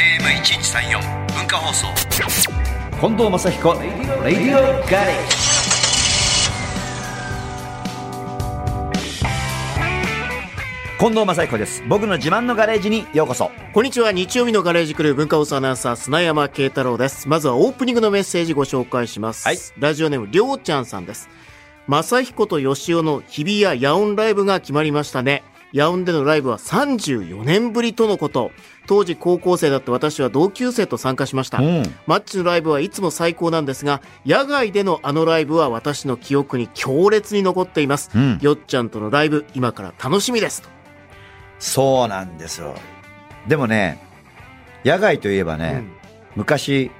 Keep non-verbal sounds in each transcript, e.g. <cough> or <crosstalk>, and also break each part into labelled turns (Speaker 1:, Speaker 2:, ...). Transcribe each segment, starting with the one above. Speaker 1: FM1134 文化放送
Speaker 2: 近藤正彦レディオガレージ近藤正彦です僕の自慢のガレージにようこそ
Speaker 3: こんにちは日曜日のガレージクルー文化放送アナウンサー砂山慶太郎ですまずはオープニングのメッセージご紹介します、
Speaker 2: はい
Speaker 3: ラジオネームりょうちゃんさんです正彦と吉尾の日比谷野音ライブが決まりましたね野音でのライブは34年ぶりとのこと当時高校生だった私は同級生と参加しました、
Speaker 2: ん
Speaker 3: マッチのライブはいつも最高なんですが野外でのあのライブは私の記憶に強烈に残っています、
Speaker 2: うん
Speaker 3: よっちゃんとのライブ今から楽しみですと
Speaker 2: そうなんですよでもね野外といえばね、昔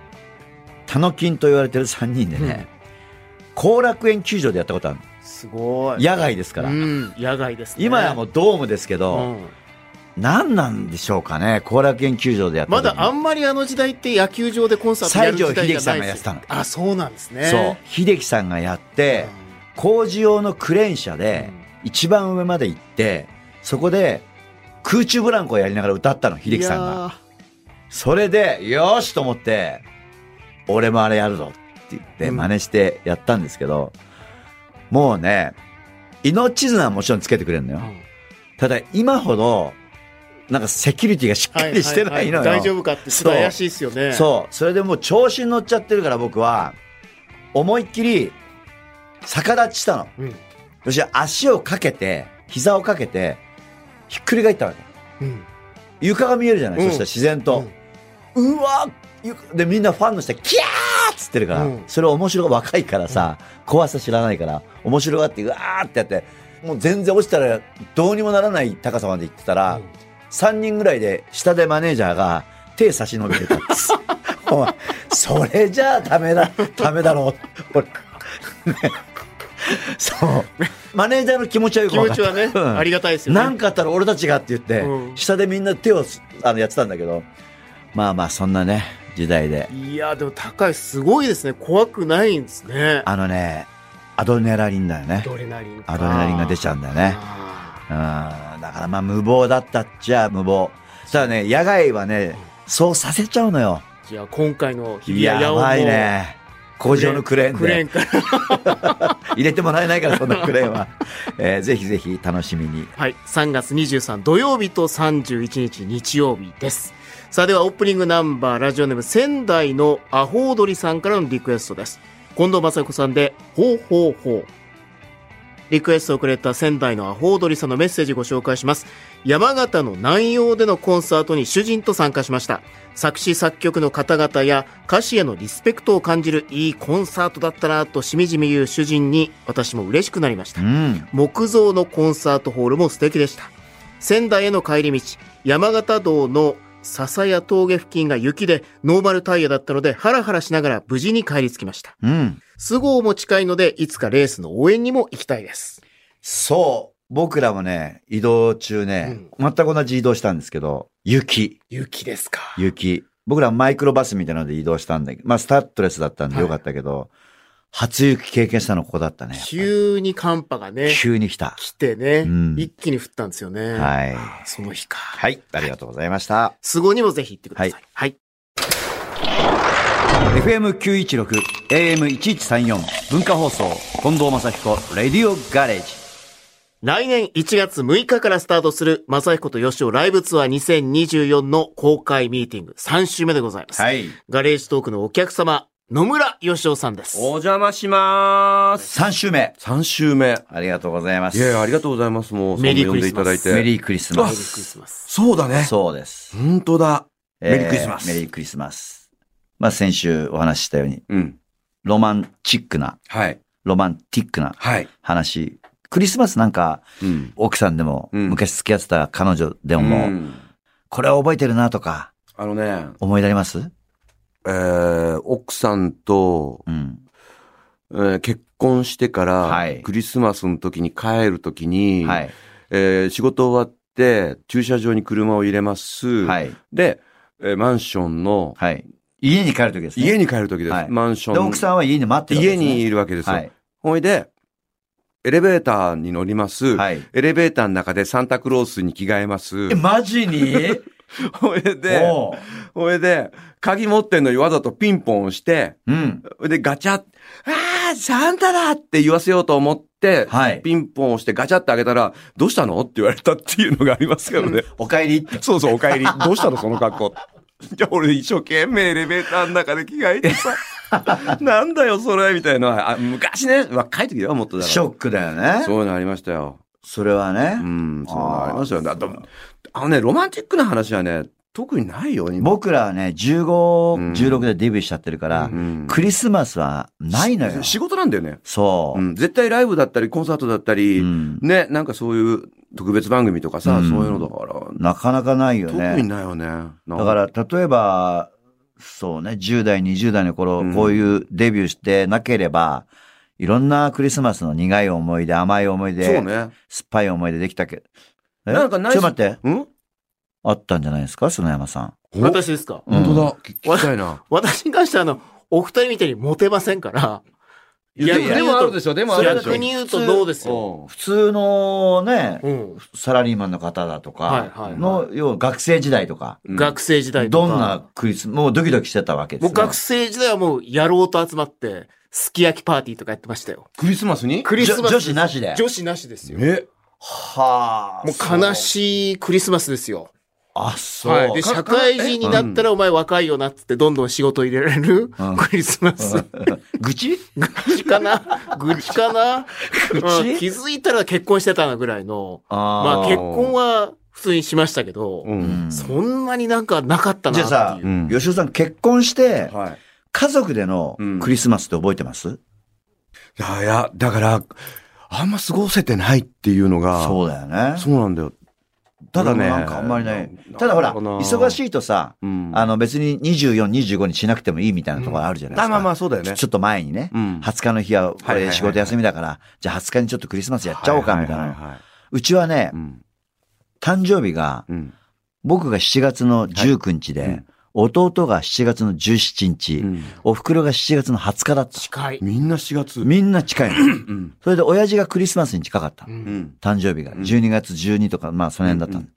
Speaker 2: タノキンと言われてる3人でね後、楽園球場でやったことある
Speaker 3: うんすごい
Speaker 2: 野外ですから、
Speaker 3: うん、野外ですね。
Speaker 2: 今はもうドームですけ
Speaker 3: う
Speaker 2: ど、
Speaker 3: ん
Speaker 2: 何なんでしょうかね後楽園球場でやった
Speaker 3: ま
Speaker 2: 時
Speaker 3: だあんまりあの時代って野球場でコンサートやる時代じゃないで
Speaker 2: 西
Speaker 3: す
Speaker 2: 城秀樹さんがやってたの
Speaker 3: あ、そうなんですね。
Speaker 2: そう秀樹さんがやって、工事用のクレーン車で一番上まで行ってそこで空中ブランコをやりながら歌ったの秀樹さんが
Speaker 3: が。
Speaker 2: それでよーしと思って俺もあれやるぞって言って
Speaker 3: うん
Speaker 2: 真似してやったんですけど、もうね命綱はもちろんつけてくれるのよ、
Speaker 3: うん
Speaker 2: ただ今ほどなんかセキュリティがしっかりしてないのよ、
Speaker 3: ははは大丈夫かってちょっと怪しいですよね。
Speaker 2: そう。それでもう調子に乗っちゃってるから僕は、思いっきり逆立ちしたの。
Speaker 3: うん。
Speaker 2: そして足をかけて、膝をかけて、ひっくり返ったわけ。
Speaker 3: うん。
Speaker 2: 床が見えるじゃない、
Speaker 3: うん
Speaker 2: そしたら自然と。うわ床で、みんなファンの人キャーっつってるから、
Speaker 3: うん
Speaker 2: それ面白が若いからさ、怖さ知らないから、面白がって、うわーってやって、もう全然落ちたらどうにもならない高さまで行ってたら、
Speaker 3: うん
Speaker 2: 3人ぐらいで下でマネージャーが手差し伸べてたんです
Speaker 3: <laughs>
Speaker 2: おいそれじゃあダメだダメだろう俺ねそうマネージャーの気持ちはよく
Speaker 3: 気
Speaker 2: 分
Speaker 3: 持
Speaker 2: かっ
Speaker 3: ち
Speaker 2: た
Speaker 3: はね、
Speaker 2: うん
Speaker 3: ありがたいですよね。
Speaker 2: なんかあったら俺たちがって言って、
Speaker 3: うん
Speaker 2: 下でみんな手をすあのやってたんだけどまあまあそんなね時代で
Speaker 3: いや、でも高い、すごいですね。怖くないんですね。
Speaker 2: あのねアドレナリンだよね
Speaker 3: アドレナリンか。
Speaker 2: アドレナリンが出ちゃうんだよね
Speaker 3: あ
Speaker 2: うんだからまあ無謀だったっちゃ無謀ただね野外はねそうさせちゃうのよ
Speaker 3: ー。じゃあ今回の日比谷
Speaker 2: や
Speaker 3: 野音も
Speaker 2: ばいね工場のクレーン
Speaker 3: クレー
Speaker 2: で
Speaker 3: ンから。
Speaker 2: 入れてもらえないからそんなクレー <laughs> ンは、えーぜひぜひ楽しみに
Speaker 3: はい、3月23土曜日と31日日曜日です。さあではオープニングナンバーラジオネーム仙台のアホ踊りさんからのリクエストです。近藤雅彦さんで、ほうほうほう。リクエストをくれた仙台のアホ踊りさんのメッセージご紹介します。山形の南陽でのコンサートに主人と参加しました。作詞作曲の方々や歌詞へのリスペクトを感じるいいコンサートだったなとしみじみ言う主人に私も嬉しくなりました
Speaker 2: う。ん
Speaker 3: 木造のコンサートホールも素敵でした仙台への帰り道山形道の笹谷峠付近が雪でノーマルタイヤだったのでハラハラしながら無事に帰り着きました
Speaker 2: うん
Speaker 3: 都合も近いのでいつかレースの応援にも行きたいです
Speaker 2: そう僕らもね移動中ね、全く同じ移動したんですけど雪
Speaker 3: 雪ですか
Speaker 2: 雪僕らマイクロバスみたいなので移動したんだけどまあスタッドレスだったんでよかったけど、初雪経験したのここだったねやっぱり
Speaker 3: 急に寒波がね
Speaker 2: 急に来た
Speaker 3: 来てね、
Speaker 2: うん
Speaker 3: 一気に降ったんですよね
Speaker 2: はい
Speaker 3: あーその日か
Speaker 2: はいありがとうございました、
Speaker 3: 都合にもぜひ行ってください、
Speaker 2: は
Speaker 3: はい、
Speaker 2: FM916 AM1134 文化放送近藤正彦レディオガレージ
Speaker 3: 来年1月6日からスタートする、正彦と吉尾ライブツアー2024の公開ミーティング3週目でございます。
Speaker 2: い
Speaker 3: ガレージトークのお客様、野村義雄さんです。
Speaker 4: お邪魔します。
Speaker 2: 3週目
Speaker 4: 3週目。
Speaker 2: ありがとうございます
Speaker 4: いやいや、ありがとうございます。もう、
Speaker 3: メリー
Speaker 4: そんな呼んでいただい
Speaker 2: メ
Speaker 4: て。
Speaker 2: リークリス
Speaker 3: メリ
Speaker 2: マ
Speaker 3: ー
Speaker 2: ス
Speaker 3: クリスマス。
Speaker 4: そうだね。
Speaker 2: そうです、
Speaker 4: 本当だ。メリークリスマス
Speaker 2: メリークリスマスまあ先週お話ししたように
Speaker 4: うん。
Speaker 2: ロマンチックな
Speaker 4: はい。
Speaker 2: ロマンティックな
Speaker 4: はい。
Speaker 2: 話クリスマスなんか
Speaker 4: うん。
Speaker 2: 奥さんでも、
Speaker 4: うん
Speaker 2: 昔付き合ってた彼女でも、
Speaker 4: うん
Speaker 2: これは覚えてるなとか
Speaker 4: あのね、
Speaker 2: 思い出あります
Speaker 4: えー、奥さんと、
Speaker 2: うん
Speaker 4: えー結婚してから、
Speaker 2: はい
Speaker 4: クリスマスの時に帰る時に、
Speaker 2: はい
Speaker 4: えー仕事終わって、駐車場に車を入れます。
Speaker 2: はい
Speaker 4: で、えーマンションの、
Speaker 2: はい家に帰る時ですね
Speaker 4: 家に帰る時です。
Speaker 2: はい
Speaker 4: マンション
Speaker 2: で
Speaker 4: の
Speaker 2: 奥さんは家に待ってるわけで
Speaker 4: 家
Speaker 2: すね
Speaker 4: にいるわけですよ。
Speaker 2: はい
Speaker 4: ほいで、エレベーターに乗ります。
Speaker 2: はい
Speaker 4: エレベーターの中でサンタクロースに着替えます
Speaker 2: え、。マジ
Speaker 4: <laughs>
Speaker 2: に
Speaker 4: ほいで、
Speaker 2: おう
Speaker 4: ほいで、鍵持ってんのにわざとピンポン押して、
Speaker 2: うん。
Speaker 4: ほいでガチャッ、あー、サンタだって言わせようと思って、
Speaker 2: はい。
Speaker 4: ピンポン押してガチャって開けたら、どうしたのって言われたっていうのがありますけどね。
Speaker 2: お帰りって。
Speaker 4: <laughs> そうそう、お帰り。どうしたのその格好。 <laughs> じゃあ俺一生懸命エレベーターの中で着替えて <laughs> さ、なんだよそれ、みたいな。あ昔ね、若い時だよ、もっとだから。
Speaker 2: ショックだよね。
Speaker 4: そういうのありましたよ。
Speaker 2: それは
Speaker 4: う
Speaker 2: ね。
Speaker 4: ん、そういうのありましたよね。
Speaker 2: あ
Speaker 4: あ
Speaker 2: ー
Speaker 4: と、あのね、ロマンチックな話はね、特にないよ、今。
Speaker 2: 僕らはね、
Speaker 4: うん
Speaker 2: 15、16でデビューしちゃってるから、
Speaker 4: うん
Speaker 2: クリスマスはないのよ。
Speaker 4: 仕事なんだよね。
Speaker 2: そうう。
Speaker 4: ん、絶対ライブだったり、コンサートだったり、
Speaker 2: うん
Speaker 4: ね、なんかそういう特別番組とかさ、
Speaker 2: うん
Speaker 4: そういうのだから、
Speaker 2: なかなかないよ
Speaker 4: 特に
Speaker 2: ね。
Speaker 4: ないよね。だ
Speaker 2: だから、例えば、そうね、10代、20代の頃、
Speaker 4: うん
Speaker 2: こういうデビューしてなければ、いろんなクリスマスの苦い思い出、甘い思い出、
Speaker 4: そうね。
Speaker 2: 酸っぱい思い出できたけど。え
Speaker 4: なんかない
Speaker 2: ちょっと待って。
Speaker 4: うん
Speaker 2: あったんじゃないですか砂山さん。
Speaker 3: 私ですか
Speaker 2: うん
Speaker 4: 本当だ。聞聞きたいな。
Speaker 3: 私に関してはあの、お二人みたいにモテませんから、いや
Speaker 4: でもでもあるでしょ、でもあるでしょ。
Speaker 3: 逆に言うとどうですよ。
Speaker 4: うん
Speaker 2: 普通のね、
Speaker 3: うん。
Speaker 2: サラリーマンの方だと
Speaker 3: はい
Speaker 2: か、
Speaker 3: はい。
Speaker 2: の、要は学生時代とか、
Speaker 4: うん
Speaker 3: 学生時代と
Speaker 2: ど
Speaker 3: か。
Speaker 2: んなクリス、もうドキドキしてたわけです
Speaker 3: も
Speaker 2: ね。
Speaker 3: う学生時代はもう野郎と集まって、すき焼きパーティーとかやってましたよ。
Speaker 4: クリスマスに
Speaker 3: クリス
Speaker 2: 女
Speaker 3: マス。
Speaker 2: 女子なしで
Speaker 3: 女子なしですよ。も
Speaker 4: え
Speaker 2: はあ。
Speaker 3: う悲
Speaker 2: い。
Speaker 3: しいクリスマスですよ。
Speaker 2: あ、そう。
Speaker 3: はい。で、
Speaker 4: か
Speaker 3: 社会人になったらお前若いよなっつってどんどん仕事入れられる
Speaker 2: うん
Speaker 3: クリスマス。
Speaker 2: 愚痴
Speaker 3: 愚痴かな愚痴かな
Speaker 2: 愚痴
Speaker 3: うん気づいたら結婚してたなぐらいの。まあ
Speaker 2: あ
Speaker 3: 結婚は普通にしましたけど、
Speaker 4: う
Speaker 2: ー
Speaker 4: ん。
Speaker 3: そんなになんかなかったな
Speaker 2: じゃあ
Speaker 3: っ
Speaker 2: さ
Speaker 3: ていうう。
Speaker 4: ん
Speaker 2: うん。吉尾さん結婚して、
Speaker 4: はい。
Speaker 2: 家族でのクリスマスって覚えてます、
Speaker 4: いやいや、だから、あんま過ごせてないっていうのが、
Speaker 2: そうだよね。
Speaker 4: そうなんだよ。
Speaker 2: ただね、
Speaker 4: 俺は
Speaker 2: な
Speaker 4: ね
Speaker 2: んかあんまりない
Speaker 4: な。
Speaker 2: ただほら、
Speaker 4: なるほどな
Speaker 2: 忙しいとさ、
Speaker 4: うん。
Speaker 2: あの別に24、25にしなくてもいいみたいなところあるじゃないですか。
Speaker 4: あまあまあ、そうだよね
Speaker 2: ち。ょっと前にね、
Speaker 4: うん
Speaker 2: 20日の日はこ
Speaker 4: はいはいはいは
Speaker 2: れ
Speaker 4: い
Speaker 2: 仕事休みだから、じゃあ20日にちょっとクリスマスやっちゃおうかみたい
Speaker 4: はは
Speaker 2: な。
Speaker 4: はは
Speaker 2: うちはね
Speaker 4: う、ん。
Speaker 2: 誕生日が、
Speaker 4: うん。
Speaker 2: 僕が7月の19日
Speaker 4: はいう
Speaker 2: で
Speaker 4: ん、
Speaker 2: 弟が7月の17
Speaker 4: う
Speaker 2: 日、
Speaker 4: ん
Speaker 2: お袋が7月の20日だった。
Speaker 3: 近い。
Speaker 4: みんな4月。
Speaker 2: みんな近いの。
Speaker 4: うん。
Speaker 2: それで親父がクリスマスに近かった
Speaker 3: う。
Speaker 4: うんん。
Speaker 2: 誕生日が。
Speaker 4: うん
Speaker 2: 12月12とか、まあその辺だった
Speaker 4: うん
Speaker 2: の
Speaker 4: う。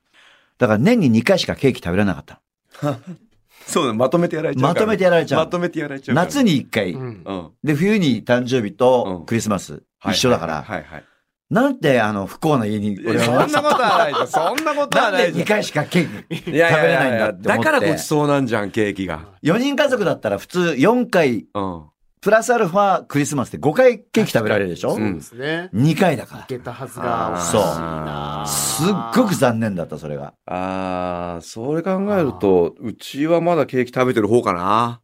Speaker 2: だから年に2回しかケーキ食べられなかった
Speaker 4: そうだ、まとめてやられ
Speaker 2: の。まとめて
Speaker 4: や
Speaker 2: やられちゃうの。
Speaker 4: めてやられ
Speaker 2: 夏
Speaker 4: に。
Speaker 2: に1回
Speaker 3: う。ん
Speaker 4: うん。
Speaker 2: で、冬に誕生日とクリスマス一緒だから、
Speaker 4: はいはい。
Speaker 2: なんてあの不幸な家に
Speaker 4: い
Speaker 2: 俺
Speaker 4: やそん
Speaker 2: は
Speaker 4: なことはないじゃん。そんなことは
Speaker 2: なん
Speaker 4: な
Speaker 2: で
Speaker 4: いじ
Speaker 2: 2
Speaker 4: ゃん。
Speaker 2: 回しかケーキ食
Speaker 4: 食
Speaker 2: べれないんだって思
Speaker 4: だ
Speaker 2: って。
Speaker 4: からごちそうなんじゃん、ケーキが。
Speaker 2: 4人家族だったら普通4回、
Speaker 4: うん。
Speaker 2: プラスアルファクリスマスで5回ケーキ食べられるでしょ
Speaker 3: そうですね。
Speaker 2: ?2 回だ
Speaker 3: い
Speaker 2: か
Speaker 3: けたはずがおかしいな
Speaker 2: ら。
Speaker 4: あーん
Speaker 2: すっごく残念だった、それが。
Speaker 4: ああ、それ考えると、うちはまだケーキ食べてる方かな。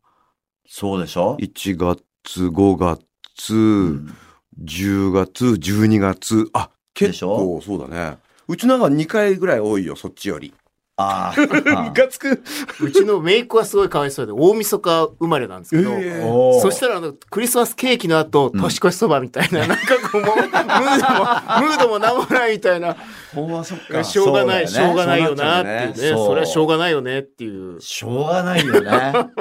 Speaker 2: そうでしょ、
Speaker 4: 1月、5月、
Speaker 2: うん
Speaker 4: 10月、12月。あ、
Speaker 2: で
Speaker 4: 結
Speaker 2: しょ
Speaker 4: 構そうだね。うちなんか2回ぐらい多いよ、そっちより。
Speaker 2: あ
Speaker 4: <laughs>
Speaker 2: あ。
Speaker 4: がつく。
Speaker 3: うちの姪っ子はすごいかわいそうで、大晦日生まれなんですけど、
Speaker 4: え
Speaker 2: おー
Speaker 3: そしたらあの、クリスマスケーキの後、
Speaker 2: ん
Speaker 3: 年越しそばみたいな、なんかこう、もうムードも、ムードもなんもないみ
Speaker 2: <laughs>
Speaker 3: たいな、
Speaker 4: ほんまそっか。
Speaker 3: しょうがない、
Speaker 2: そうだよね
Speaker 3: しょうがないよなっていうね、
Speaker 2: そう
Speaker 3: それはしょうがないよねっていう。
Speaker 2: しょうがないよね。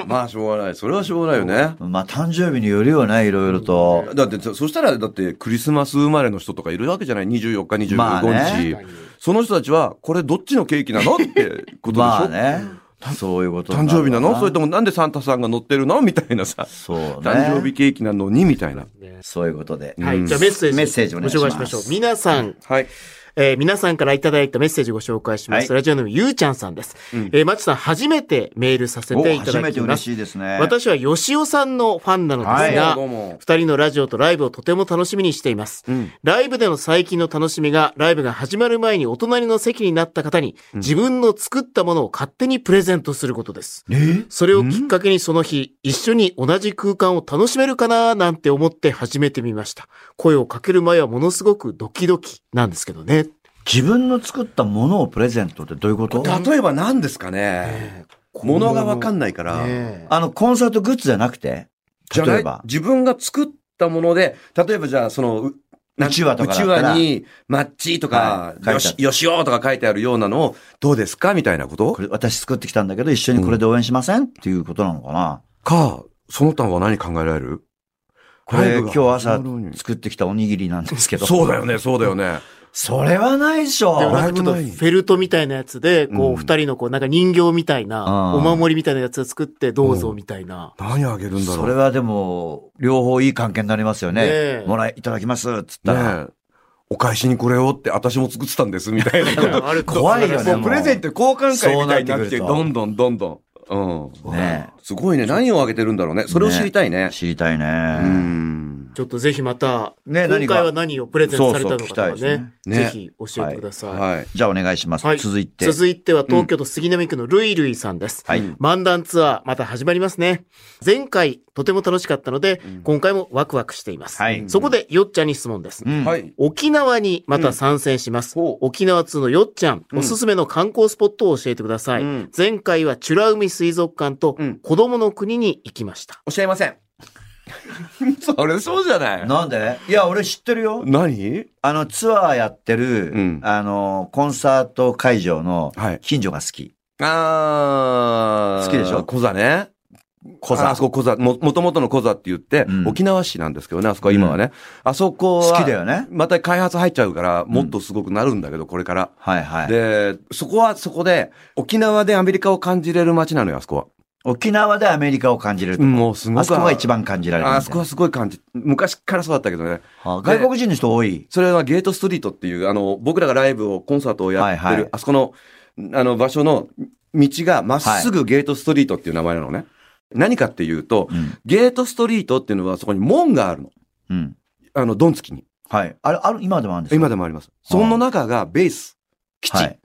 Speaker 4: まあしょうがない。それはしょうがないよね。
Speaker 2: まあ誕生日によるよね、いろいろと。
Speaker 4: だってそ、そしたら、だって、クリスマス生まれの人とかいるわけじゃない ?24 日、25日。
Speaker 2: まあね
Speaker 4: その人たちは、これどっちのケー
Speaker 2: <laughs>
Speaker 4: キなのってことでしょ、
Speaker 2: まあね。そういうことに
Speaker 4: 誕
Speaker 2: なる
Speaker 4: 生
Speaker 2: わ
Speaker 4: 日
Speaker 2: な
Speaker 4: なのそれともなんでサンタさんが乗ってるのみたいなさ。
Speaker 2: そうね。
Speaker 4: 誕生日ケーキなのにみたいな。
Speaker 3: ね
Speaker 2: そういうことで。
Speaker 3: は
Speaker 4: う
Speaker 3: い、
Speaker 4: ん
Speaker 3: じゃあメッセージ。
Speaker 2: メッセージお願いします
Speaker 3: ご紹介しましょう。皆さん、
Speaker 4: はい。
Speaker 3: えー皆さんからいただいたメッセージご紹介します。
Speaker 2: は
Speaker 3: ラジオネームゆうちゃんさんです。えーマッチさん、初めてメールさせ
Speaker 2: お
Speaker 3: ていた
Speaker 2: 初
Speaker 3: だ
Speaker 2: めて
Speaker 3: きま
Speaker 2: 嬉
Speaker 3: す。
Speaker 2: しいですね。
Speaker 3: 私は吉尾さんのファンなのですが、
Speaker 4: どうも。
Speaker 3: 二人のラジオとライブをとても楽しみにしています。
Speaker 4: うん。
Speaker 3: ライブでの最近の楽しみが、ライブが始まる前にお隣の席になった方に、自分の作ったものを勝手にプレゼントすることです。それをきっかけにその日、一緒に同じ空間を楽しめるかななんて思って始めてみました。声をかける前はものすごくドキドキなんですけどね。
Speaker 2: 自分の作ったものをプレゼントってどういうこと
Speaker 4: 例えば何ですかね。ものがわかんないから。
Speaker 3: ねえ
Speaker 2: あの、コンサートグッズじゃなくて
Speaker 4: じゃな
Speaker 2: 例え
Speaker 4: い
Speaker 2: ば。
Speaker 4: 自分が作ったもので、例えばじゃあ、その、うなん
Speaker 2: うちわとかだったら
Speaker 4: うちわに、マッチとか、
Speaker 2: はい書
Speaker 4: よ
Speaker 2: い
Speaker 4: してよしおとか書いてあるようなのを、どうですかみたいなこと
Speaker 2: これ私作ってきたんだけど、一緒にこれで応援しません、っていうことなのかな
Speaker 4: か、その他は何考えられる
Speaker 2: これ
Speaker 4: ライブ
Speaker 2: 今
Speaker 4: が
Speaker 2: 日朝
Speaker 4: なるほど
Speaker 2: 作ってきたおにぎりなんですけど。
Speaker 4: そうだよね、そうだよね。
Speaker 2: それはないでし
Speaker 3: でも
Speaker 2: ょ。
Speaker 3: なんかちょっとフェルトみたいなやつで、こう、二人のこう、なんか人形みたいな、
Speaker 2: あー
Speaker 3: お守りみたいなやつを作って、どうぞみたいな。
Speaker 4: 何あげるんだろう。
Speaker 2: それはでも、両方いい関係になりますよ
Speaker 3: ね
Speaker 2: ね
Speaker 3: え。
Speaker 2: もらい、いただきます、っつったら。
Speaker 4: ねえお返しにこれをって、私も作ってたんです、みたいなこと。
Speaker 3: あれ
Speaker 2: 怖いよね
Speaker 4: もうプレゼント交換会みたいになっ
Speaker 2: そうな
Speaker 4: て、
Speaker 2: ってくると
Speaker 4: どんどんどんどん。うん。
Speaker 2: ね
Speaker 4: すごいね。何をあげてるんだろうね。それを知りたいね。
Speaker 2: 知りたいうね。
Speaker 4: ん。
Speaker 3: ちょっとぜひまた、
Speaker 2: ね
Speaker 3: 今
Speaker 2: 何
Speaker 3: 回
Speaker 2: が
Speaker 3: は何をプレゼントされたの
Speaker 2: そうそう聞きた
Speaker 3: か
Speaker 2: い
Speaker 3: と
Speaker 2: で
Speaker 3: か
Speaker 2: す
Speaker 3: ね
Speaker 2: ね、
Speaker 3: ぜ
Speaker 4: ね
Speaker 3: ひ教えてください。
Speaker 4: はい。
Speaker 2: じゃあお願いします。
Speaker 3: はい
Speaker 2: 続いて。
Speaker 3: 続いては東京都杉並区のルイルイさんです。
Speaker 2: はい
Speaker 3: 漫談ツアー、また始まりますね。前回、とても楽しかったので、今回もワクワクしています。
Speaker 2: はい
Speaker 3: そこで、よっちゃんに質問です。
Speaker 2: うん
Speaker 4: はい。
Speaker 3: 沖縄にまた参戦します。
Speaker 4: うんほう
Speaker 3: 沖縄通のよっちゃん、おすすめの観光スポットを教えてください。
Speaker 4: うん
Speaker 3: 前回は美ら海水族館と
Speaker 4: うん
Speaker 3: 子供の国に行きました。
Speaker 4: おっしゃいません。 <laughs> それそうじゃな
Speaker 2: <laughs>
Speaker 4: い
Speaker 2: なんでいや、俺知ってるよ。
Speaker 4: 何
Speaker 2: あの、ツアーやってる、
Speaker 4: うん
Speaker 2: あの、コンサート会場の
Speaker 4: はい
Speaker 2: 近所が好き。
Speaker 4: あー
Speaker 2: 好きでしょ
Speaker 4: コザね。
Speaker 2: コザ
Speaker 4: ああそこコザ。も、もともとのコザって言って、
Speaker 2: うん
Speaker 4: 沖縄市なんですけどね、あそこは今はね。あそこは、
Speaker 2: 好きだよね
Speaker 4: また開発入っちゃうから、もっとすごくなるんだけど、これから。
Speaker 2: はいはい。
Speaker 4: で、そこはそこで、沖縄でアメリカを感じれる街なのよ、あそこは。
Speaker 2: 沖縄でアメリカを感じる。
Speaker 4: もうすごく。
Speaker 2: あそこが一番感じられるみたい
Speaker 4: あ
Speaker 2: な。
Speaker 4: あそこはすごい感じ。昔からそうだったけどね。
Speaker 2: あ外国人の人多い。
Speaker 4: それはゲートストリートっていう、あの、僕らがライブを、コンサートをやってる、
Speaker 2: はいはい
Speaker 4: あそこの、あの、場所の道がまっすぐゲートストリートっていう名前なのね。何かっていうと、
Speaker 2: うん。
Speaker 4: ゲートストリートっていうのはそこに門があるの。
Speaker 2: うん。
Speaker 4: あの、ドンつきに。
Speaker 2: はい。あれ、ある、今でもあるんですか
Speaker 4: 今でもあります。その中がベース、基地。
Speaker 2: はい。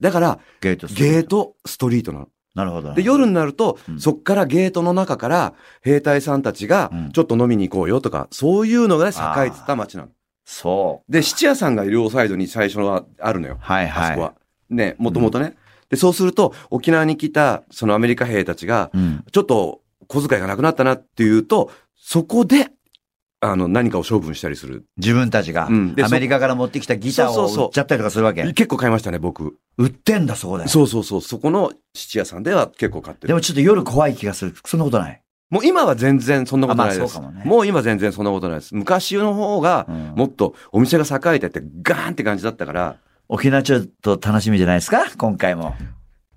Speaker 4: だから、
Speaker 2: ゲートストリート
Speaker 4: ゲートストリートなの。
Speaker 2: なるほど。
Speaker 4: で、夜になると、
Speaker 2: うん
Speaker 4: そっからゲートの中から兵隊さんたちが
Speaker 2: うん、
Speaker 4: ちょっと飲みに行こうよとか、そういうのがね栄えてた街なの。
Speaker 2: そう。
Speaker 4: で、質屋さんが両サイドに最初はあるのよ。
Speaker 2: はい
Speaker 4: あそこは。
Speaker 2: は
Speaker 4: ね、もともとね。で、そうすると、沖縄に来た、そのアメリカ兵たちが
Speaker 2: い。、うん。
Speaker 4: ちょっと小遣いがなくなったなっていうと、そこで、あの、何かを処分したりする。
Speaker 2: 自分たちが、
Speaker 4: うんで
Speaker 2: アメリカから持ってきたギター
Speaker 4: そう
Speaker 2: を
Speaker 4: そうそう
Speaker 2: 売っちゃったりとかするわけ。
Speaker 4: 結構買いましたね、僕。
Speaker 2: 売ってんだ、そこで。
Speaker 4: そうそうそう。そこの質屋さんでは結構買って
Speaker 2: で
Speaker 4: る。
Speaker 2: もちょっと夜怖い気がする。そんなことない。
Speaker 4: もう今は全然そんなことない
Speaker 2: あま
Speaker 4: で
Speaker 2: あ
Speaker 4: す。
Speaker 2: そうかもね
Speaker 4: う今全然そんなことないです。昔の方が
Speaker 2: うん、
Speaker 4: もっとお店が栄えてって、ガーンって感じだったから、
Speaker 2: 沖縄ちょっと楽しみじゃないですか今回も。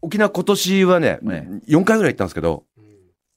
Speaker 4: 沖縄今年はね、
Speaker 2: ね
Speaker 4: 4回ぐらい行ったんですけど、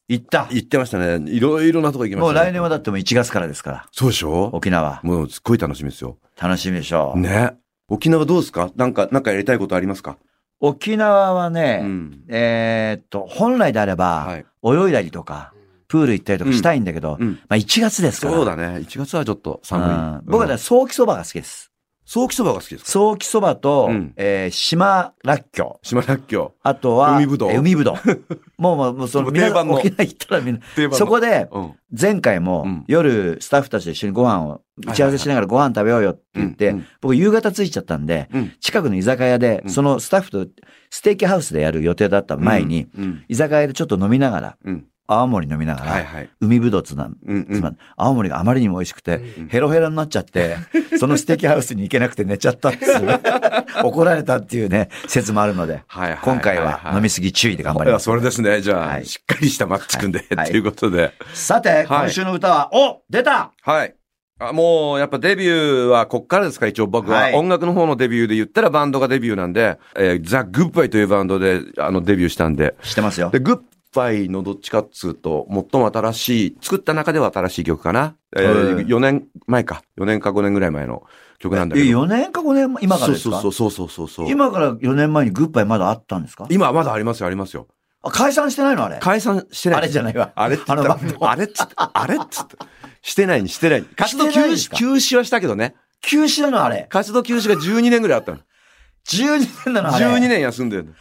Speaker 2: 行った。
Speaker 4: 行ってましたね。いろいろなとこ行きまし
Speaker 2: も
Speaker 4: た、
Speaker 2: う
Speaker 4: ね。
Speaker 2: 来年はだってもう1月からですから。
Speaker 4: そうでしょ
Speaker 2: 沖縄。
Speaker 4: もうすっごい楽しみですよ。
Speaker 2: 楽しみでしょう。
Speaker 4: ね。沖縄どうですかなんか、なんかやりたいことありますか
Speaker 2: 沖縄はね、
Speaker 4: ん。
Speaker 2: えーっと、本来であれ
Speaker 4: は
Speaker 2: ば、
Speaker 4: い。
Speaker 2: 泳いだりとか、プール行ったりとかしたいんだけど、
Speaker 4: うん。
Speaker 2: まあ1月ですから。
Speaker 4: そうだね。1月はちょっと寒
Speaker 2: うん
Speaker 4: い。
Speaker 2: 僕は
Speaker 4: だ
Speaker 2: ね、早期そばが好きです。
Speaker 4: 早期そばが好きですか
Speaker 2: 早期そばと、
Speaker 4: うん
Speaker 2: えー島らっきょう。
Speaker 4: 島らっきょ
Speaker 2: あとは、
Speaker 4: 海ぶどう
Speaker 2: え海ぶ
Speaker 4: <laughs>
Speaker 2: どう。もう、もう、もう、その、
Speaker 4: もう
Speaker 2: みんな
Speaker 4: 定番の
Speaker 2: 沖縄行ったらみん
Speaker 4: う。定
Speaker 2: な。そこで、
Speaker 4: うん。
Speaker 2: 前回も、
Speaker 4: うん
Speaker 2: 夜、スタッフたちと一緒にご飯を、打ち合わせしながらご飯食べようよって言って、
Speaker 4: うんうん
Speaker 2: 僕夕方着いちゃったんで、
Speaker 4: うん
Speaker 2: 近くの居酒屋で、
Speaker 4: うん
Speaker 2: そのスタッフとステーキハウスでやる予定だった前に、
Speaker 4: うん。
Speaker 2: 居酒屋でちょっと飲みながら、
Speaker 4: うん。
Speaker 2: 青森飲みながら、
Speaker 4: はいはい。
Speaker 2: 海ぶどうつな、
Speaker 4: うんう
Speaker 2: つま
Speaker 4: ん。
Speaker 2: ん、青森があまりにも美味しくて、
Speaker 4: うん
Speaker 2: ヘロヘロになっちゃ
Speaker 4: <laughs>
Speaker 2: って、そのステーキハウスに行けなくて寝ちゃったっていうね、怒られたっていうね、説もあるので、
Speaker 4: はいはい。
Speaker 2: 今回は飲み
Speaker 4: す
Speaker 2: すぎ注意で頑張ります。
Speaker 4: それですね。じゃ
Speaker 2: は
Speaker 4: あ、
Speaker 2: い
Speaker 4: しっかりしたマッチくんで、
Speaker 2: はい
Speaker 4: ということで。
Speaker 2: さて、今週の歌は、お出た
Speaker 4: はい。あもう、やっぱデビューはこっからですか、一応僕は。
Speaker 2: はい
Speaker 4: 音楽の方のデビューで言ったらバンドがデビューなんで、えー、ザ・グッバイというバンドで、あの、デビューしたんで。
Speaker 2: してますよ
Speaker 4: で、。グッバイのどっちかっつうと、最も新しい、作った中では新しい曲かな。え
Speaker 2: はい
Speaker 4: ー、4年前か。4年か5年ぐらい前の曲なんだけど。
Speaker 2: え4年か5年前、今からですか
Speaker 4: そうそうそうそうそうそう。
Speaker 2: 今から4年前にグッバイまだあったんですか
Speaker 4: 今はまだありますよ、ありますよ。
Speaker 2: あ解散してないのあれ。
Speaker 4: 解散してない。
Speaker 2: あれじゃないわ
Speaker 4: あれって言った
Speaker 2: あのバン
Speaker 4: <laughs> ら、あれっつって、あれっつって。してないにしてない。活動
Speaker 2: して
Speaker 4: 休
Speaker 2: ないんです
Speaker 4: 止、
Speaker 2: か
Speaker 4: 休止はしたけどね。
Speaker 2: 休止なのあれ。
Speaker 4: 活動休止が12年ぐらいあったの。
Speaker 2: 12年なのあれ。
Speaker 4: 12年休んでるの。うん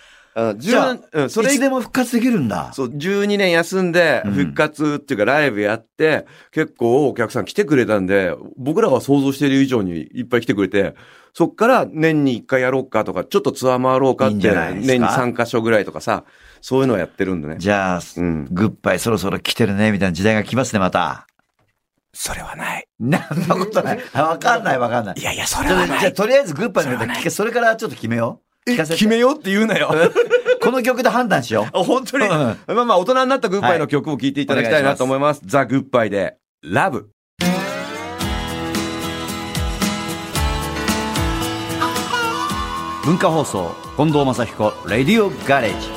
Speaker 2: じゃあ
Speaker 4: 10うん、そ
Speaker 2: い
Speaker 4: れ
Speaker 2: つでも復活できるんだ。
Speaker 4: そう、12年休んで、
Speaker 2: うん
Speaker 4: 復活っていうかライブやって、結構お客さん来てくれたんで、僕らが想像している以上にいっぱい来てくれて、そっから年に1回やろうかとか、ちょっとツアー回ろうかって、
Speaker 2: いいんじゃないですか
Speaker 4: 年に3カ所ぐらいとかさ、そういうのをやってるんでね。
Speaker 2: じゃあ、
Speaker 4: うん。
Speaker 2: グッバイそろそろ来てるね、みたいな時代が来ますね、また。
Speaker 4: それはない。
Speaker 2: なんなことない。あ <laughs> わかんないわかんない。
Speaker 4: やいや、そ
Speaker 2: じゃあ、じゃあとりあえずグッバイの歌聞け、それからちょっと決めよう。聞かせて
Speaker 4: 決めようって言うなよ。 <laughs>
Speaker 2: この曲で判断しよう。
Speaker 4: あ本当に、
Speaker 2: うん
Speaker 4: まあまあ、大人になったグッバイの曲を聴いていただきたいなと思います。ザ・グッバイで、ラブ。
Speaker 2: 文化放送近藤正彦レディオガレージ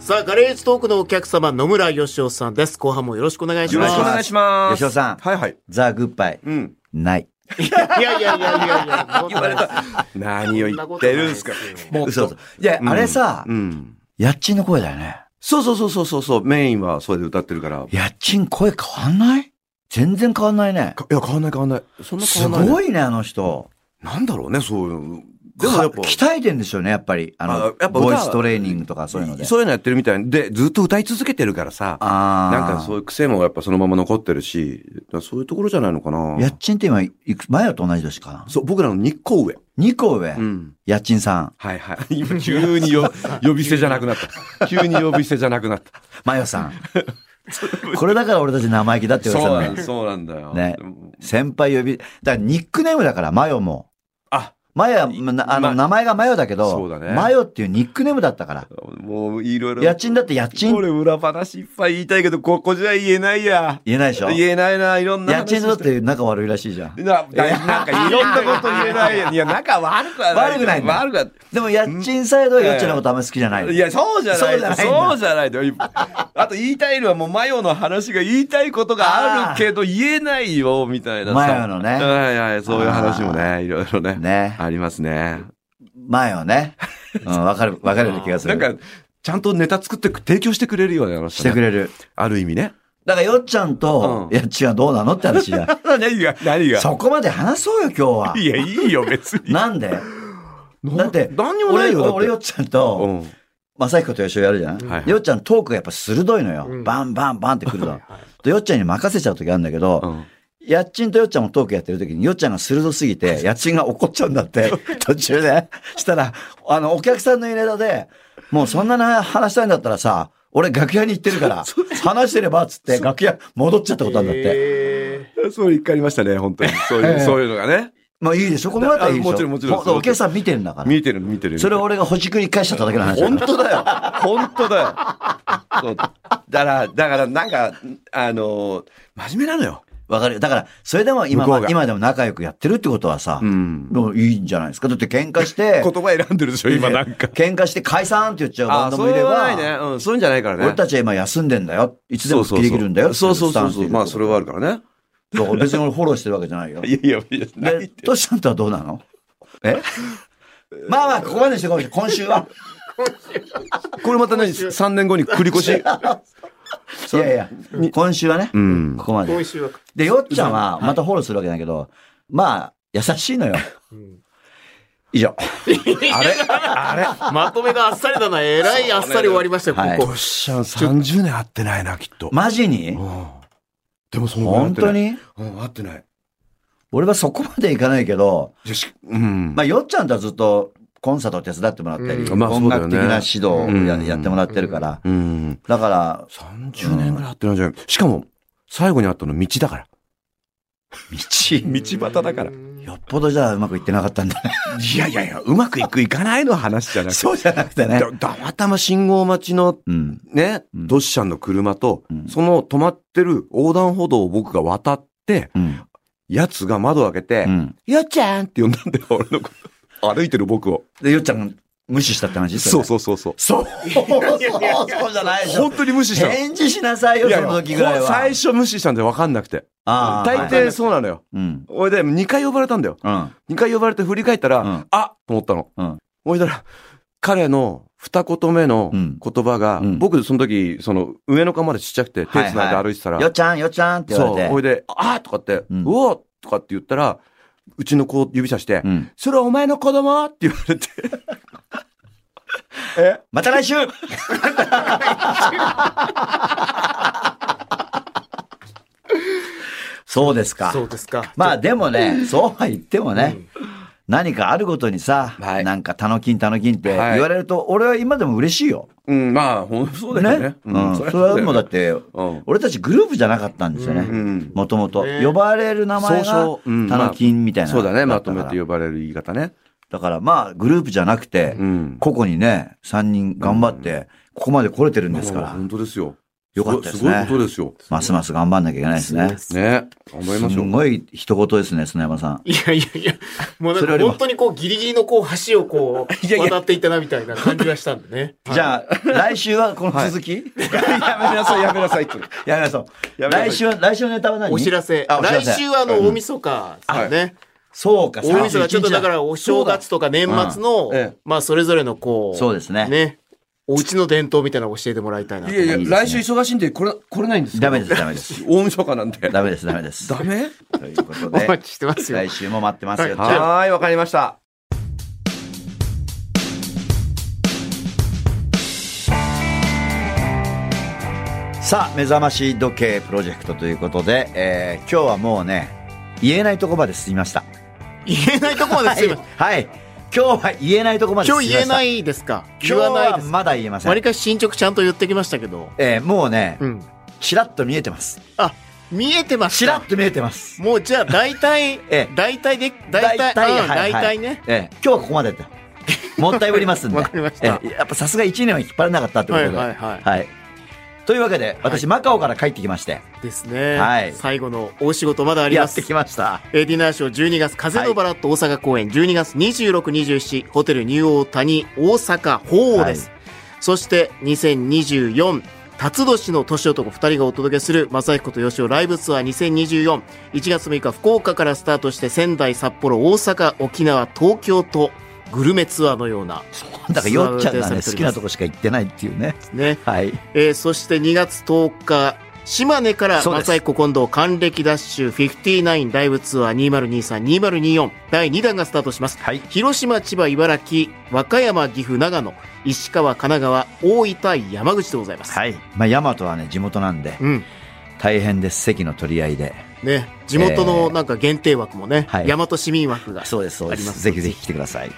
Speaker 3: さあ、ガレージトークのお客様、野村義雄さんです。後半もよろしくお願いし
Speaker 4: よ
Speaker 3: ま
Speaker 4: ろ
Speaker 3: す。
Speaker 4: しくお願いします。
Speaker 2: 吉尾さん
Speaker 4: はいはい。
Speaker 2: ザ・グッバイ
Speaker 4: うん。
Speaker 2: ない
Speaker 3: いやいやいやいやいや、言われた。
Speaker 4: 何を言ってるんですか。
Speaker 3: も
Speaker 4: う
Speaker 2: 嘘嘘いや、あれさ、
Speaker 4: うん。
Speaker 2: やっちんの声だよね
Speaker 4: そうそうそうそうそうそう、メインはそれで歌ってるから。い
Speaker 2: やっちん声変わんない全然変わんないね
Speaker 4: や、変わんない変わんない。そんな
Speaker 2: す
Speaker 4: 変わんない。
Speaker 2: ご
Speaker 4: い。
Speaker 2: いねあの人
Speaker 4: なんだろうね、そういう。でもやっ
Speaker 2: か。
Speaker 4: ぱ
Speaker 2: 鍛えてんでしょうねやっぱりあ
Speaker 4: あ
Speaker 2: の
Speaker 4: やっぱ歌は
Speaker 2: ボイストレーニングとかそういうので
Speaker 4: そういうのやってるみたいで、ずっと歌い続けてるからさ、
Speaker 2: ああ
Speaker 4: なんかそういう癖もやっぱそのまま残ってるし、だからそういうところじゃないのかな。
Speaker 2: やっちんって今いく前と同じ年かな
Speaker 4: そう、僕らの日光上。
Speaker 2: 2個上、
Speaker 4: うん。
Speaker 2: やっちんさん
Speaker 4: はいはい。 <laughs> 今急によ呼び捨てじゃなくなった。急に呼び捨てじゃなくなった。
Speaker 2: マヨさんこれだから俺たち生意気だって言
Speaker 4: <laughs> そう
Speaker 2: われ
Speaker 4: な
Speaker 2: て
Speaker 4: ん
Speaker 2: た
Speaker 4: だ、
Speaker 2: ね
Speaker 4: そうなんだよ。
Speaker 2: ね
Speaker 4: でも
Speaker 2: 先輩呼びだからニックネームだからマヨも
Speaker 4: あ、
Speaker 2: マヨはなあの
Speaker 4: ま
Speaker 2: 名前がマヨだけ
Speaker 4: そう
Speaker 2: ど、
Speaker 4: だね
Speaker 2: マヨっていうニックネームだったから
Speaker 4: もういろいろ。
Speaker 2: 家賃だって家賃
Speaker 4: 俺裏話いっぱい言いたいけど、ここじゃ言えないや。
Speaker 2: 言えないでしょ
Speaker 4: 言えないな、いろんな話
Speaker 2: 家賃だって仲悪いらしいじゃん
Speaker 4: な、なんかいろんなこと言えないや。いや、仲悪くはない。
Speaker 2: 悪くないんだ
Speaker 4: 悪くは
Speaker 2: でも家賃サイドは家賃のことあんまり好きじゃない
Speaker 4: いや、そうじゃない。
Speaker 2: そ
Speaker 4: そううじゃないだよ。あと言いたいのはもうマヨの話が言いたいことがあるけど言えないよ、みたいなさ。
Speaker 2: マヨのね
Speaker 4: はいはい、そういう話もね、いろいろね。
Speaker 2: ね
Speaker 4: ありますね。
Speaker 2: 前を
Speaker 4: <laughs>
Speaker 2: ねうんわかるわかるような気がす
Speaker 4: な
Speaker 2: る
Speaker 4: んか、ちゃんとネタ作ってく、提供してくれるような話、ね。
Speaker 2: してくれる
Speaker 4: ある意
Speaker 2: <laughs>
Speaker 4: 味ね。
Speaker 2: だからよっちゃんと
Speaker 4: うん
Speaker 2: 家賃はどうなのって話じゃん
Speaker 4: <laughs> 何が何が
Speaker 2: そこまで話そうよ、今日は。
Speaker 4: いや、いいよ、別に。
Speaker 2: なんで
Speaker 4: な
Speaker 2: だって、
Speaker 4: 何にもない
Speaker 2: 俺
Speaker 4: よ。だって
Speaker 2: 俺よっちゃんと、
Speaker 4: うん。
Speaker 2: 正彦とよしおやるじゃ
Speaker 4: はいは
Speaker 2: ん。
Speaker 4: い
Speaker 2: よっちゃんトークがやっぱ鋭いのよ
Speaker 3: う。ん
Speaker 2: バンバンバンってくるの。でよっちゃんに任せちゃう時あるんだけど、
Speaker 4: うん
Speaker 2: やっちんとよっちゃんもトークやってる時に、よっちゃんが鋭すぎ
Speaker 4: <laughs>
Speaker 2: て、やっちんが怒っちゃうんだって、途中で。したら、あの、お客さんの入れだで、もうそんなな話したいんだったらさ、俺楽屋に行ってる
Speaker 4: <laughs>
Speaker 2: から、話してればっつって、楽屋戻っちゃったことあるんだって。
Speaker 3: え
Speaker 4: それ一回ありましたね、本当に。そういう、そういうのがね。
Speaker 2: まあいいでしょこの後はいいでしょ
Speaker 4: あもちろんもちろん
Speaker 2: ほお客さん見てるんだから。
Speaker 4: 見てるの見てる。
Speaker 2: それを俺がほじくり返しちゃっただけの話だ
Speaker 4: 本
Speaker 2: から。
Speaker 4: 当だよ。本当だよ。そうだから、だから、なんか、あのー、真面目なのよ。
Speaker 2: わかるよ。 <laughs> だから、それでも今
Speaker 4: 向
Speaker 2: ま
Speaker 4: こうが
Speaker 2: 今でも仲良くやってるってことはさ、
Speaker 4: ん。
Speaker 2: もういいんじゃないですか。だって喧嘩して、
Speaker 4: 言葉選んでるでしょ、今なんか。
Speaker 2: 喧嘩して解散って言っちゃうバンドもいれ
Speaker 4: は
Speaker 2: ば、
Speaker 4: ないね。うん、そういうんじゃないからね。
Speaker 2: 俺たちは今休んでんだよ。いつでも復帰できるんだよ。
Speaker 4: そうそうそう
Speaker 2: って
Speaker 4: そ。
Speaker 2: いうスタ
Speaker 4: ま
Speaker 2: ン
Speaker 4: あ、
Speaker 2: ス
Speaker 4: そ
Speaker 2: で
Speaker 4: れ
Speaker 2: い
Speaker 4: はあるからね。
Speaker 2: うだから別に俺フォローしてるわけじゃないよ。
Speaker 4: いやいや、いや、ない
Speaker 2: で、トシさんとはどうなの
Speaker 4: <laughs>
Speaker 2: えまあまあ、ここまでにしてこい今週は。
Speaker 4: これま <laughs> たね、3年後に繰り越し。
Speaker 2: いやいや、今週はね、
Speaker 4: ん
Speaker 2: ここま
Speaker 3: ー、
Speaker 2: で
Speaker 3: 今。週は、
Speaker 2: で、よっちゃんはまたフォローするわけだけど、まあ、優しいのよ。
Speaker 3: ん
Speaker 2: 以上。
Speaker 4: あれあれ
Speaker 3: まとめがあっさりだな。えらいあっさり終わりましたよ、
Speaker 2: はい
Speaker 3: ここ
Speaker 4: お。っしゃん30年会ってないな、きっと。
Speaker 2: マジに
Speaker 4: うんでもそのぐら
Speaker 2: 本
Speaker 4: い会ってな
Speaker 2: 当
Speaker 4: い
Speaker 2: に
Speaker 4: うん、会ってない。
Speaker 2: 俺はそこまでいかないけど、
Speaker 4: よし、うん。
Speaker 2: まあ、よっちゃんとはずっとコンサート手伝ってもらったり、
Speaker 3: うん
Speaker 4: まあ
Speaker 2: 音楽的な指導をや,、
Speaker 4: うん
Speaker 2: やってもらってるから、
Speaker 4: うん。
Speaker 2: だから、
Speaker 4: 30年ぐらい会ってないんじゃないしかも、最後に会ったの道だから。
Speaker 2: 道、
Speaker 4: <laughs> 道端だから。
Speaker 2: よっぽどじゃあうまくいってなかったんだね。
Speaker 4: いやいやいや、うまくいくいかないの話じゃなくて。
Speaker 2: そうじゃなくてね
Speaker 4: だ。たまたま信号待ちの
Speaker 2: うん。
Speaker 4: ね、
Speaker 2: うん
Speaker 4: ドッシャンの車と、
Speaker 2: うん
Speaker 4: その止まってる横断歩道を僕が渡って、
Speaker 2: うん。
Speaker 4: やつが窓を開けて
Speaker 2: う、ん。
Speaker 4: よっちゃんって呼んだんだよ、俺のこと。歩いてる僕を。
Speaker 2: で、よっちゃん無視したって話
Speaker 4: そう
Speaker 2: う。
Speaker 4: そうそうそう。
Speaker 2: そう、そう、そうじゃないでしょ
Speaker 4: 本。当に無視したの。
Speaker 2: 返事しなさいよ、
Speaker 4: いや
Speaker 2: その時ぐらいは。
Speaker 4: 最初無視したんで分かんなくて。
Speaker 2: ああ
Speaker 4: 大
Speaker 2: はい
Speaker 4: 抵そうなのよ。
Speaker 2: うん。
Speaker 4: 俺で2回呼ばれたんだよ。
Speaker 2: うん。
Speaker 4: 2回呼ばれて振り返ったら、
Speaker 2: うん
Speaker 4: あっと思ったの。
Speaker 2: うん
Speaker 4: ほいだら、彼の二言目の
Speaker 2: うん
Speaker 4: 言葉が、
Speaker 2: うん
Speaker 4: 僕その時、その上の顔までちっちゃくて手繋いで
Speaker 2: はいはい
Speaker 4: 歩いてたら、
Speaker 2: よっちゃん、よっちゃんって言われ
Speaker 4: そう、
Speaker 2: て。
Speaker 4: ほいで、あーとかって、
Speaker 2: う
Speaker 4: うんおーとかって言ったら、うちの子を指さして、
Speaker 2: うん。
Speaker 4: それはお前の子供って言われて。 <laughs> え
Speaker 2: また来週そうですか。
Speaker 3: そうですか。
Speaker 2: まあでもね、そうは言ってもね、何かあるごとにさ、
Speaker 4: はい
Speaker 2: なんかたのきんたのきんって言
Speaker 4: はい
Speaker 2: われると、俺は今でも嬉しいよ。
Speaker 4: うん、まあ、ほんそうだよね。
Speaker 2: うん。それ
Speaker 4: う
Speaker 2: は
Speaker 4: だよ
Speaker 2: もうだって、
Speaker 4: うん
Speaker 2: 俺たちグループじゃなかったんですよ
Speaker 4: う
Speaker 2: ね。
Speaker 4: ん。
Speaker 2: もともと。
Speaker 3: ね
Speaker 2: 呼ばれる名前が
Speaker 4: 総称うん、
Speaker 2: たのきんみたいな。
Speaker 4: そうだね、ま
Speaker 2: った
Speaker 4: と
Speaker 2: から
Speaker 4: めて呼ばれる言い方ね。
Speaker 2: だからまあ、グループじゃなくて、
Speaker 4: うん。
Speaker 2: 個々にね、3人頑張って、ここまで来れてるんですか
Speaker 4: あ
Speaker 2: ら。
Speaker 4: 本当ですよ。
Speaker 2: よかったです
Speaker 4: すごい
Speaker 2: ね
Speaker 4: こ。とですよ。
Speaker 2: ますます頑張んなきゃいけないですね。す
Speaker 4: ね。頑張りましょ
Speaker 2: ん
Speaker 4: う。
Speaker 2: ごい一言ですね、砂山さん。
Speaker 3: いやいやいや、もうなん
Speaker 2: それ
Speaker 3: か
Speaker 2: よりも
Speaker 3: 本当にこうギリギリのこう橋をこう渡っていったなみたいな感じがしたんでね。
Speaker 2: じゃあ、来週はこの続き、
Speaker 4: やめなさい、やめなさいって。
Speaker 2: やめなそう。
Speaker 4: やめなさい
Speaker 2: 来週は、来週のネタは何
Speaker 3: お知らせ。
Speaker 2: あお知らせ
Speaker 3: 来週はあの、大晦日ですよね。
Speaker 2: そうか、
Speaker 3: 大晦日、ちょっとだから
Speaker 2: 31
Speaker 3: お正月とか年末の
Speaker 4: ええ、
Speaker 3: まあそれぞれのこう、
Speaker 2: そうですね
Speaker 3: ね。お家の伝統みたいなのを教えてもらいたいなと。
Speaker 4: いやいや、
Speaker 2: いいですね
Speaker 4: 来週忙しいんで、これ、来れないんで
Speaker 2: 日
Speaker 4: すよ
Speaker 2: ダメです、ダメです。
Speaker 4: 大晦日なんで。
Speaker 2: ダメです、ダメです。
Speaker 4: ダメ
Speaker 2: ということ
Speaker 3: お待
Speaker 2: で、
Speaker 3: ちしてますよ。
Speaker 2: 来週も待ってますよ。
Speaker 3: はい
Speaker 2: じゃあ
Speaker 4: <laughs> はーい、わかりました。
Speaker 2: さあ、目覚まし時計プロジェクトということで、えー今日はもうね、言えないとこまで進みました。
Speaker 3: 言えないとこまで
Speaker 2: は
Speaker 3: す
Speaker 2: い
Speaker 3: いません。、
Speaker 2: はい。今日は言えないとこまで進
Speaker 3: 今
Speaker 2: みま
Speaker 3: 日言え
Speaker 2: した。。
Speaker 3: ないいですか
Speaker 2: 今
Speaker 3: 言わ
Speaker 2: 日
Speaker 3: な
Speaker 2: はい
Speaker 3: です。
Speaker 2: まだ言えませ
Speaker 3: わり
Speaker 2: ん。
Speaker 3: かし進捗ちゃんと言ってきましたけど。
Speaker 2: えーもうね、
Speaker 3: うん。
Speaker 2: ちらっと見えてます。
Speaker 3: あ、見えてまし
Speaker 2: ちら
Speaker 3: た
Speaker 2: っ。と見えてます。、
Speaker 3: もうじゃあ大体
Speaker 2: ええ
Speaker 3: 大体で、大体、うん
Speaker 2: はい
Speaker 3: 大
Speaker 2: はい
Speaker 3: 体ね。
Speaker 2: ええ今日はここまでだ。もったいぶりますん
Speaker 3: <laughs>
Speaker 2: で。
Speaker 3: わかりました
Speaker 2: ええやっぱさすが1年は引っ張れなかったってことで。
Speaker 3: はいはいはい
Speaker 2: というわけで、私、マカオから帰ってきまして、
Speaker 3: ですね。
Speaker 2: はい
Speaker 3: 最後の大仕事まだあり
Speaker 2: や
Speaker 3: ま
Speaker 2: っ
Speaker 3: す
Speaker 2: て。きました。
Speaker 3: えーディナーショー12月、風のバラット大阪公演、12月26、27、ホテルニューオータニ大阪鳳凰です。そして、2024、辰年の年男2人がお届けする、正彦と吉尾ライブツアー2024、1月6日、福岡からスタートして、仙台、札幌、大阪、沖縄、東京と、グルメツアーのような、
Speaker 2: だから、よっちゃんが
Speaker 3: ツアーを
Speaker 2: ね、好
Speaker 3: 予定されてお
Speaker 2: き
Speaker 3: りま
Speaker 2: な
Speaker 3: す
Speaker 2: とこしか行ってないっていうね。
Speaker 3: ね。
Speaker 2: はい。
Speaker 3: えーそして2月10日、島根から
Speaker 2: そうです
Speaker 3: 松彦近藤還暦ダッシュ59ライブツアー2023-2024第2弾がスタートします。
Speaker 2: はい。
Speaker 3: 広島、千葉、茨城、和歌山、岐阜、長野、石川、神奈川、大分、山口でございます。
Speaker 2: はい。まあ、ヤマトはね、地元なんで、
Speaker 3: うん。
Speaker 2: 大変です。席の取り合いで。
Speaker 3: ね。地元のなんか限定枠もね、
Speaker 2: はい
Speaker 3: 大和市民枠が。
Speaker 2: そうです、そうで
Speaker 3: あります
Speaker 2: す。ぜひぜひ来てください。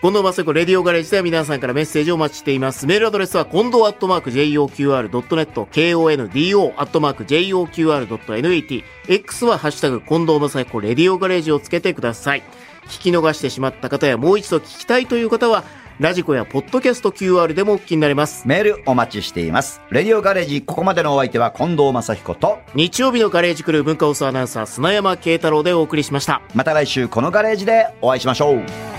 Speaker 3: 近藤正彦レディオガレージでは皆さんからメッセージをお待ちしています。メールアドレスは、近藤アットマーク JOQR.net、KONDO アットマーク JOQR.net、X はハッシュタグ近藤正彦レディオガレージをつけてください。聞き逃してしまった方やもう一度聞きたいという方は、ラジコやポッドキャスト QR でもお聞きになれます。
Speaker 2: メールお待ちしています。レディオガレージ、ここまでのお相手は近藤正彦と、
Speaker 3: 日曜日のガレージクルー文化放送アナウンサー砂山慶太郎でお送りしました。
Speaker 2: また来週このガレージでお会いしましょう。